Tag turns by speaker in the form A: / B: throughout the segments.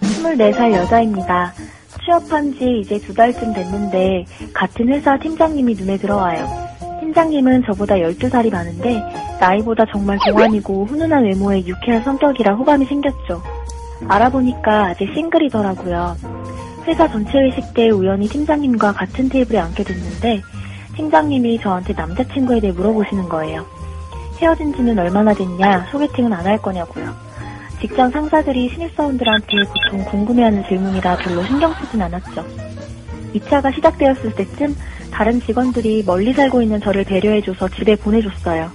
A: 24살 여자입니다. 취업한 지 이제 두 달쯤 됐는데 같은 회사 팀장님이 눈에 들어와요. 팀장님은 저보다 12살이 많은데 나이보다 정말 동안이고 훈훈한 외모에 유쾌한 성격이라 호감이 생겼죠. 알아보니까 아직 싱글이더라고요. 회사 전체 회식 때 우연히 팀장님과 같은 테이블에 앉게 됐는데 팀장님이 저한테 남자친구에 대해 물어보시는 거예요. 헤어진 지는 얼마나 됐냐, 소개팅은 안 할 거냐고요. 직장 상사들이 신입사원들한테 보통 궁금해하는 질문이라 별로 신경 쓰진 않았죠. 2차가 시작되었을 때쯤 다른 직원들이 멀리 살고 있는 저를 배려해줘서 집에 보내줬어요.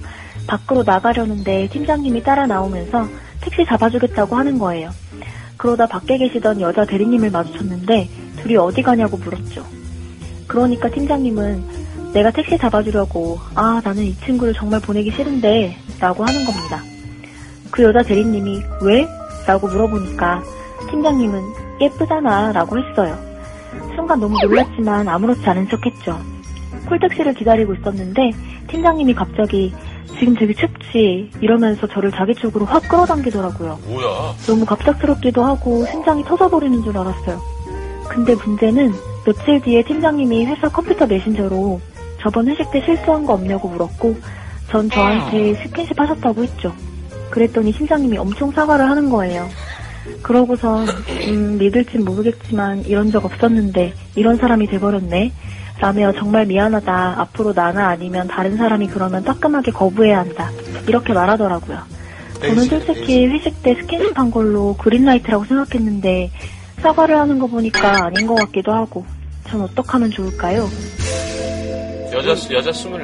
A: 밖으로 나가려는데 팀장님이 따라 나오면서 택시 잡아주겠다고 하는 거예요. 그러다 밖에 계시던 여자 대리님을 마주쳤는데 둘이 어디 가냐고 물었죠. 그러니까 팀장님은 내가 택시 잡아주려고 아 나는 이 친구를 정말 보내기 싫은데 라고 하는 겁니다. 그 여자 대리님이 왜? 라고 물어보니까 팀장님은 예쁘잖아 라고 했어요. 순간 너무 놀랐지만 아무렇지 않은 척 했죠. 콜택시를 기다리고 있었는데 팀장님이 갑자기 지금 되게 춥지 이러면서 저를 자기 쪽으로 확 끌어당기더라고요.
B: 뭐야?
A: 너무 갑작스럽기도 하고 심장이 터져버리는 줄 알았어요. 근데 문제는 며칠 뒤에 팀장님이 회사 컴퓨터 메신저로 저번 회식 때 실수한 거 없냐고 물었고 전 저한테 스킨십 하셨다고 했죠. 그랬더니 팀장님이 엄청 사과를 하는 거예요. 그러고선 음, 믿을진 모르겠지만 이런 적 없었는데 이런 사람이 돼버렸네. 라며 정말 미안하다. 앞으로 나나 아니면 다른 사람이 그러면 따끔하게 거부해야 한다. 이렇게 말하더라고요.
B: 네,
A: 저는 솔직히 회식 때 스킨십 한 걸로 그린라이트라고 생각했는데 사과를 하는 거 보니까 아닌 것 같기도 하고 전 어떡하면 좋을까요?
B: 여자 여자 24,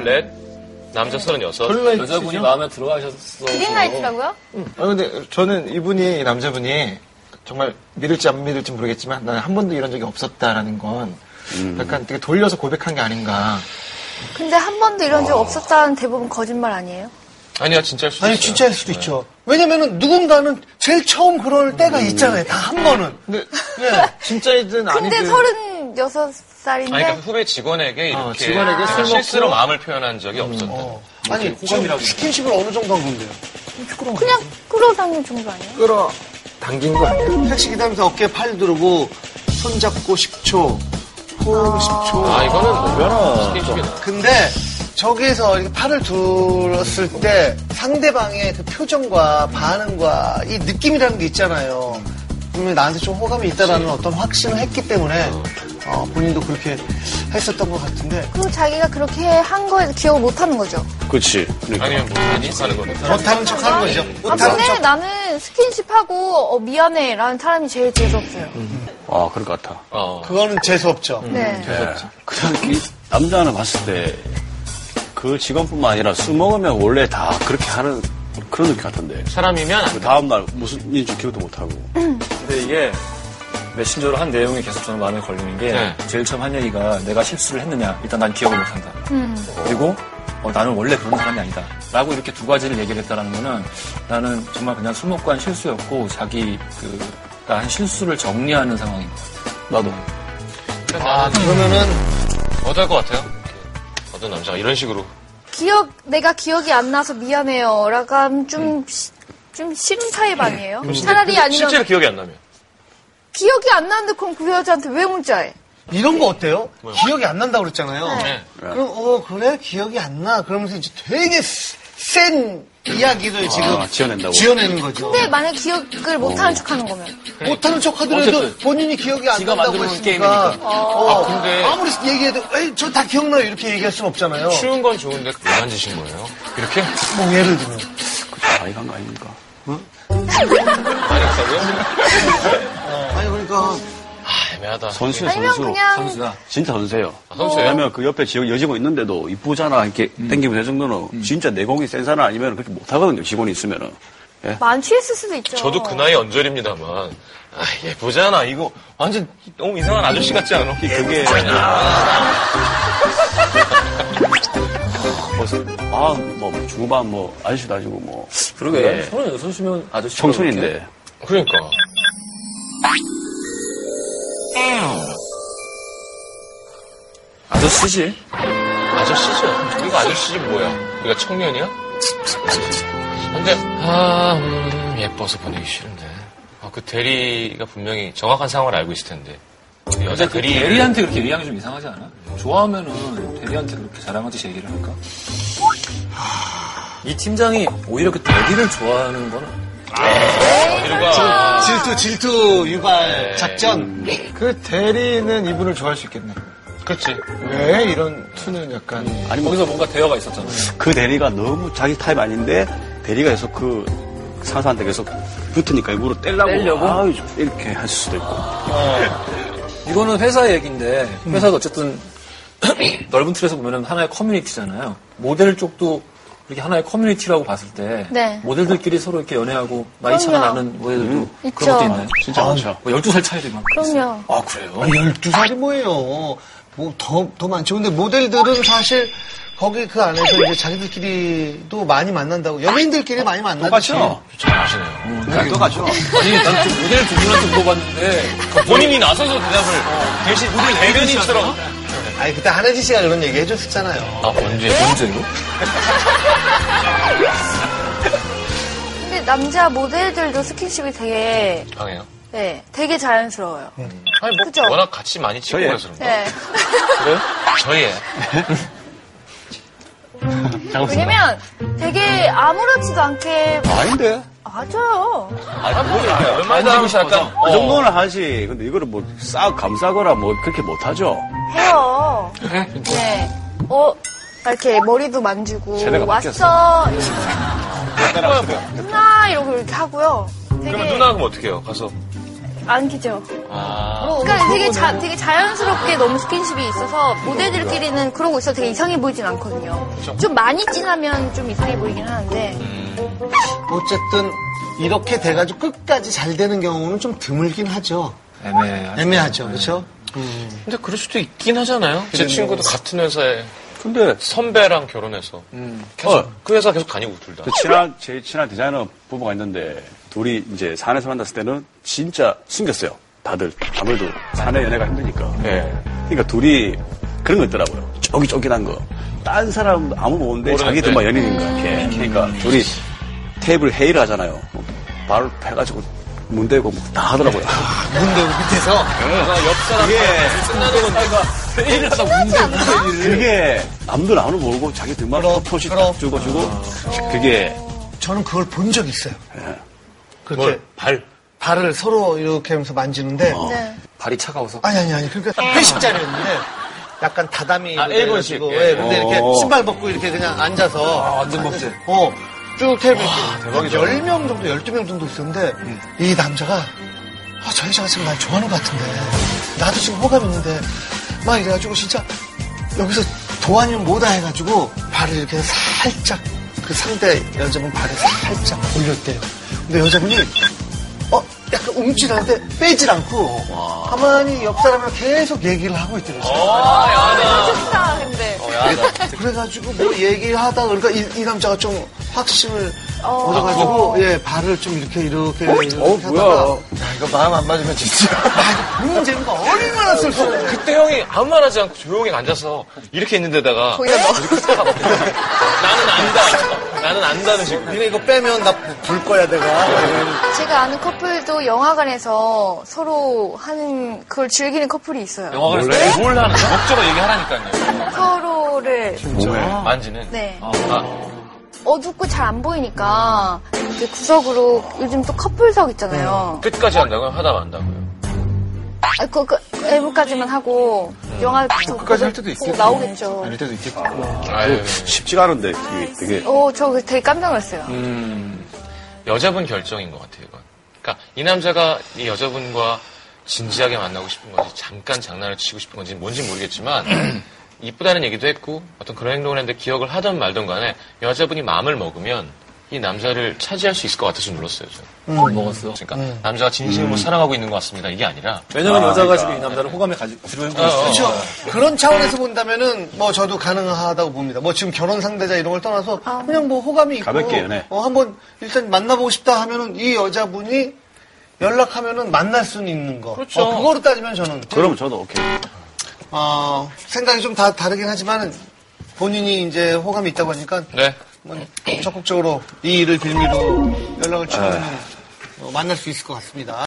B: 남자 36.
C: 그린라이트죠?
D: 여자분이 마음에 들어하셨어.
E: 그린라이트라고요?
C: 아 근데 저는 이분이 이 남자분이 정말 믿을지 안 믿을지 모르겠지만 나는 한 번도 이런 적이 없었다라는 건 약간 되게 돌려서 고백한 게 아닌가.
E: 근데 한 번도 이런 적 없었다는 대부분 거짓말 아니에요?
B: 아니야, 진짜일 수도
F: 아니
B: 있어요.
F: 진짜일 수도
C: 네.
F: 있죠. 왜냐면은 누군가는 제일 처음 그럴 때가 있잖아요. 다 한 번은.
C: 근데
F: 네.
C: 진짜이든
E: 근데
C: 아니든 그
E: 36살인데
B: 아니, 그러니까 후배 직원에게 이렇게
C: 어, 직원에게 술 먹고-
B: 실수로 마음을 표현한 적이 없었다.
F: 아니 지금 스킨십을 어느 정도 한 건데요?
E: 그냥 끌어당겨 준거 아니에요?
C: 끌어 당긴 거 같아요.
F: 택시 기다리면서 어깨 팔 두르고 손 잡고 10초, 호흡 10초.
B: 아, 이거는 뭐, 스킨십이다.
F: 근데 저기에서 이렇게 팔을 들었을 때 상대방의 그 표정과 반응과 이 느낌이라는 게 있잖아요. 분명히 나한테 좀 호감이 있다라는 어떤 확신을 했기 때문에
B: 아,
F: 어, 본인도 그렇게 했었던 것 같은데
E: 그리고 자기가 그렇게 한 거에 기억 못 하는 거죠.
G: 그렇지. 그러니까.
B: 아니면 뭐, 아니, 하는 거니까.
F: 못하는 척 하는 거죠.
E: 아,
F: 못하는
E: 근데
F: 척.
E: 나는 스킨십하고 어, 미안해 라는 사람이 제일 재수없어요.
G: 아, 그럴 것 같아. 예.
B: 어.
F: 그거는 재수없죠.
B: 음.
E: 네.
G: 음. 그냥 이 남자 하나 봤을 때, 그 직원뿐만 아니라 술 먹으면 원래 다 그렇게 하는 그런 느낌 같던데. 그
B: 사람이면 안 돼.
G: 다음날 무슨 일인지 기억도 못하고.
D: 근데 이게 메신저로 한 내용이 계속 저는 마음에 걸리는 게
B: 네.
D: 제일 처음 한 얘기가 내가 실수를 했느냐 일단 난 기억을 못한다 그리고 어, 나는 원래 그런 사람이 아니다 라고 이렇게 두 가지를 얘기를 했다는 거는 나는 정말 그냥 술 먹고 한 실수였고 자기 그가 한 실수를 정리하는 상황인 것 같아요
G: 나도.
F: 아 그러면은
B: 어떨 것 같아요? 이렇게. 어떤 남자가 이런 식으로.
E: 기억, 내가 기억이 안 나서 미안해요. 라고 하면 좀, 시- 좀 싫은 타입 아니에요? 차라리 아니면
B: 실제로 기억이 안 나면.
E: 기억이 안 나는데 그럼 그 여자한테 왜 문자해?
F: 이런 거 어때요? 기억이 안 난다고 그랬잖아요.
B: 네.
F: 그럼 어 그래 기억이 안 나. 그러면서 이제 되게 스- 센
G: 아,
F: 이야기를 지금
G: 지어낸다고.
F: 지어내는 거죠. 네,
E: 근데 만약 기억을 못 하는 척 하는 거면.
F: 못하는 척 하더라도
D: 어쨌든
F: 본인이 기억이 안
D: 지가
F: 난다고
D: 만들어낸
F: 했으니까
D: 게임이니까.
F: 어,
B: 아, 근데-
F: 아무리 얘기해도 저 다 기억나요 이렇게 얘기할 순 없잖아요.
B: 추운 건 좋은데, 왜안 지신 거예요? 이렇게?
F: 뭐 예를 들면
G: 아이가 한 거 아닙니까?
F: 아니 그러니까
B: 아, 애매하다.
G: 선수야,
E: 아니면
G: 선수.
E: 그냥
D: 선수가
G: 진짜 선수예요.
B: 아, 선수예요?
G: 왜냐면 그 옆에 지- 여직원 있는데도 이쁘잖아 이렇게 땡기면 될 정도는 진짜 내공이 센 사람 아니면 그렇게 못하거든요. 직원이 있으면은. 예?
E: 만취했을 수도 있죠.
B: 저도 그 나이 언저리입니다만. 아, 얘 보잖아. 이거 완전 너무 이상한 아저씨 같지 않아?
G: 그게 아, 뭐, 중반, 뭐, 아저씨도 아니고, 뭐.
D: 그러게 서른 여섯이면 아저씨
G: 청춘인데.
B: 그러니까.
D: 아저씨지
B: 아저씨죠. 이거 아저씨지 뭐야? 우리가 청년이야? 근데 아 음, 예뻐서 보내기 싫은데. 아, 그 대리가 분명히 정확한 상황을 알고 있을 텐데. 그 여자
D: 그
B: 대리.
D: 대리한테 그렇게 얘기하는 게 좀 이상하지 않아? 좋아하면은 대리한테 그렇게 자랑하듯이 얘기를 할까? 이 팀장이 오히려 그 대리를 좋아하는 건
E: 네,
B: 대리가.
E: 그렇죠.
F: 질투, 질투 유발 작전.
C: 그 대리는 이분을 좋아할 수 있겠네.
B: 그렇지.
C: 왜 이런 투는 약간
D: 아니 거기서 뭔가 대화가 있었잖아.
G: 그 대리가 너무 자기 타입 아닌데 대리가 계속 그 상사한테 계속 붙으니까 일부러 떼려고,
D: 떼려고?
G: 아유, 좀 이렇게 할 수도 있고
D: 이거는 회사 얘기인데 회사도 어쨌든 넓은 틀에서 보면은 하나의 커뮤니티잖아요. 모델 쪽도 이렇게 하나의 커뮤니티라고 봤을 때
E: 네.
D: 모델들끼리 서로 이렇게 연애하고 나이 차가
E: 그럼요.
D: 나는 모델들도
E: 있죠.
D: 그런 것도 있나요?
G: 진짜 많죠.
D: 뭐 12살 차이도 막
E: 그럼요.
D: 아 그래요?
F: 12살이 뭐예요? 뭐, 더, 더 많죠. 근데 모델들은 사실 거기 그 안에서 이제 자기들끼리도 많이 만난다고. 연예인들끼리 많이 만나죠.
C: 똑같죠.
B: 잘 아시네요.
C: 똑같죠.
D: 아니 난좀 모델 두 분한테 물어봤는데
B: 본인이 나서서 대답을 대신 우리 대변인처럼.
F: 아니, 그때 한혜진 씨가 그런 얘기 해줬었잖아요.
B: 아, 뭔지.
D: 언제요?
E: 근데 남자 모델들도 스킨십이 되게,
B: 이상해요.
E: 네, 되게 자연스러워요.
F: 아니, 뭐,
E: 그죠?
B: 워낙 같이 많이 찍고
G: 저예요.
B: 그래서 그런가?
E: 네.
B: 저희 애.
E: 왜냐면 되게 아무렇지도 않게,
G: 아닌데
E: 맞아요.
B: 아, 뭐야. 웬만하면
G: 만지고
B: 약간,
G: 싶어서.
B: 어.
G: 그 정도는 하지 근데 이거를 뭐 싹 감싸거나 뭐 그렇게 못하죠
D: 어.
E: 해요. 네. 어, 이렇게 머리도 만지고
G: 쟤네가
E: 왔어. 누나 이러고 이렇게 하고요.
B: 그러면
E: 되게
B: 누나하고 어떻게 해요? 가서.
E: 안기죠.
B: 아.
E: 그러니까 되게 자, 되게 자연스럽게 너무 스킨십이 있어서 모델들끼리는 그러고 있어 되게 이상해 보이진 않거든요. 좀 많이 진하면 좀 이상해 보이긴 하는데
C: 음.
F: 어쨌든 이렇게 돼가지고 끝까지 잘 되는 경우는 좀 드물긴 하죠.
D: 애매해요.
F: 애매하죠. 그렇죠?
B: 근데 그럴 수도 있긴 하잖아요. 제 친구도 같은 회사에
G: 근데
B: 선배랑 결혼해서. 계속, 그 회사 계속 다니고, 둘 다.
G: 저 친한 제 친한 디자이너 부부가 있는데 둘이 이제 산에서 만났을 때는 진짜 숨겼어요. 다들 아무래도 산에 연애가 힘드니까. 예. 그러니까 둘이 그런 거 있더라고요. 저기 쫓기난 거. 딴 사람 아무 모르는데 자기들만 연인인 거야.
F: 음.
G: 이렇게. 그러니까 둘이 테이블 회의를 하잖아요. 뭐 발을 패가지고 문대고 뭐다 하더라고요.
F: 아, 문대고 밑에서. 아,
G: 그게 남들 아무도 모르고 자기들만
F: 그럼,
G: 퍼포시
F: 그럼. 아.
G: 딱 주고 주고 그게
F: 저는 그걸 본 적 있어요. 그렇게
B: 뭘, 발.
F: 발을 서로 이렇게 하면서 만지는데
C: 어.
E: 네.
D: 발이 차가워서
F: 아니 아니 아니 그러니까 회식 자리였는데 약간 다다미
B: 아, 일본식,
F: 고
B: 예.
F: 근데
G: 어.
F: 이렇게 신발 벗고 이렇게 그냥 앉아서
D: 완전 먹지.
F: 어쭉 테이블 대박이다. 10명 정도 12명 정도 있었는데 이 남자가 아, 저 여자가 지금 날 좋아하는 것 같은데 나도 지금 호감 있는데 막 이래가지고 진짜 여기서 도안이면 뭐다 해가지고 발을 이렇게 살짝 그 상대 여자분 발을 살짝 올렸대요 근데 여자분이 어 약간 움찔하는데 빼질 않고 가만히 옆 사람이랑 계속 얘기를 하고 있더라고요
C: 아,
E: 아, 좋다 근데
C: 어,
F: 그래가지고 뭐 얘기하다 그러니까 이, 이 남자가 좀 확신을 얻어가지고 예 발을 좀 이렇게 이렇게 이렇게
C: 어
F: 하다가
C: 뭐야? 야 이거 마음 안 맞으면 진짜.
F: 음 재미가 얼마나 쓸쓸해
B: 그때 형이 아무 말 하지 않고 조용히 앉아서 이렇게 있는 데다가
E: 거기다 넣어.
B: 나는 안다. 나는 안다는 식으로.
F: 니네 이거 빼면 나 불 거야 내가
E: 네? 제가 아는 커플도 영화관에서 서로 하는 그걸 즐기는 커플이 있어요.
B: 영화관에서 뭘, 하는 거야? 목적을 얘기하라니까요.
E: 서로를
G: 몸에
B: 만지는.
E: 네.
B: 아,
E: 어둡고 잘 안 보이니까 이제 구석으로 요즘 또 커플석 있잖아요.
B: 끝까지 한다고요? 하다 만다고요?
E: 아, 그, 그 애무까지만 하고 영화
C: 음. 아,
E: 뭐
C: 끝까지 할 때도 있어요.
E: 나오겠죠.
C: 아닐 때도 있겠고.
B: 아유. 그
G: 쉽지가 않은데 그게 되게
E: 어, 저 그래서 되게 깜짝 놀랐어요.
B: 여자분 결정인 것 같아요, 이건. 그러니까 이 남자가 이 여자분과 진지하게 만나고 싶은 건지 잠깐 장난을 치고 싶은 건지 뭔지 모르겠지만 이쁘다는 얘기도 했고 어떤 그런 행동을 했는데 기억을 하던 말던 간에 여자분이 마음을 먹으면 이 남자를 차지할 수 있을 것 같아서 눌렀어요, 저는.
D: 못 음, 먹었어.
B: 그러니까 남자가 진심으로 사랑하고 있는 것 같습니다. 이게 아니라
D: 왜냐면 여자가 지금 이 남자를 호감에 가지고 그러니까. 들어오고 있어.
F: 그렇죠 그런
C: 네.
F: 차원에서 본다면은 뭐 저도 가능하다고 봅니다 뭐 지금 결혼 상대자 이런 걸 떠나서 그냥 뭐 호감이 있고
G: 가볍게 연애.
F: 어, 한번 일단 만나보고 싶다 하면은 이 여자분이 연락하면은 만날 수는 있는 거
B: 그렇죠.
F: 어, 그거로 따지면 저는
G: 그러면 저도 오케이.
F: 어, 생각이 좀 다 다르긴 하지만 본인이 이제 호감이 있다고 하니까
B: 네.
F: 뭐 적극적으로 이 일을 빌미로 연락을 취하는 어, 만날 수 있을 것 같습니다.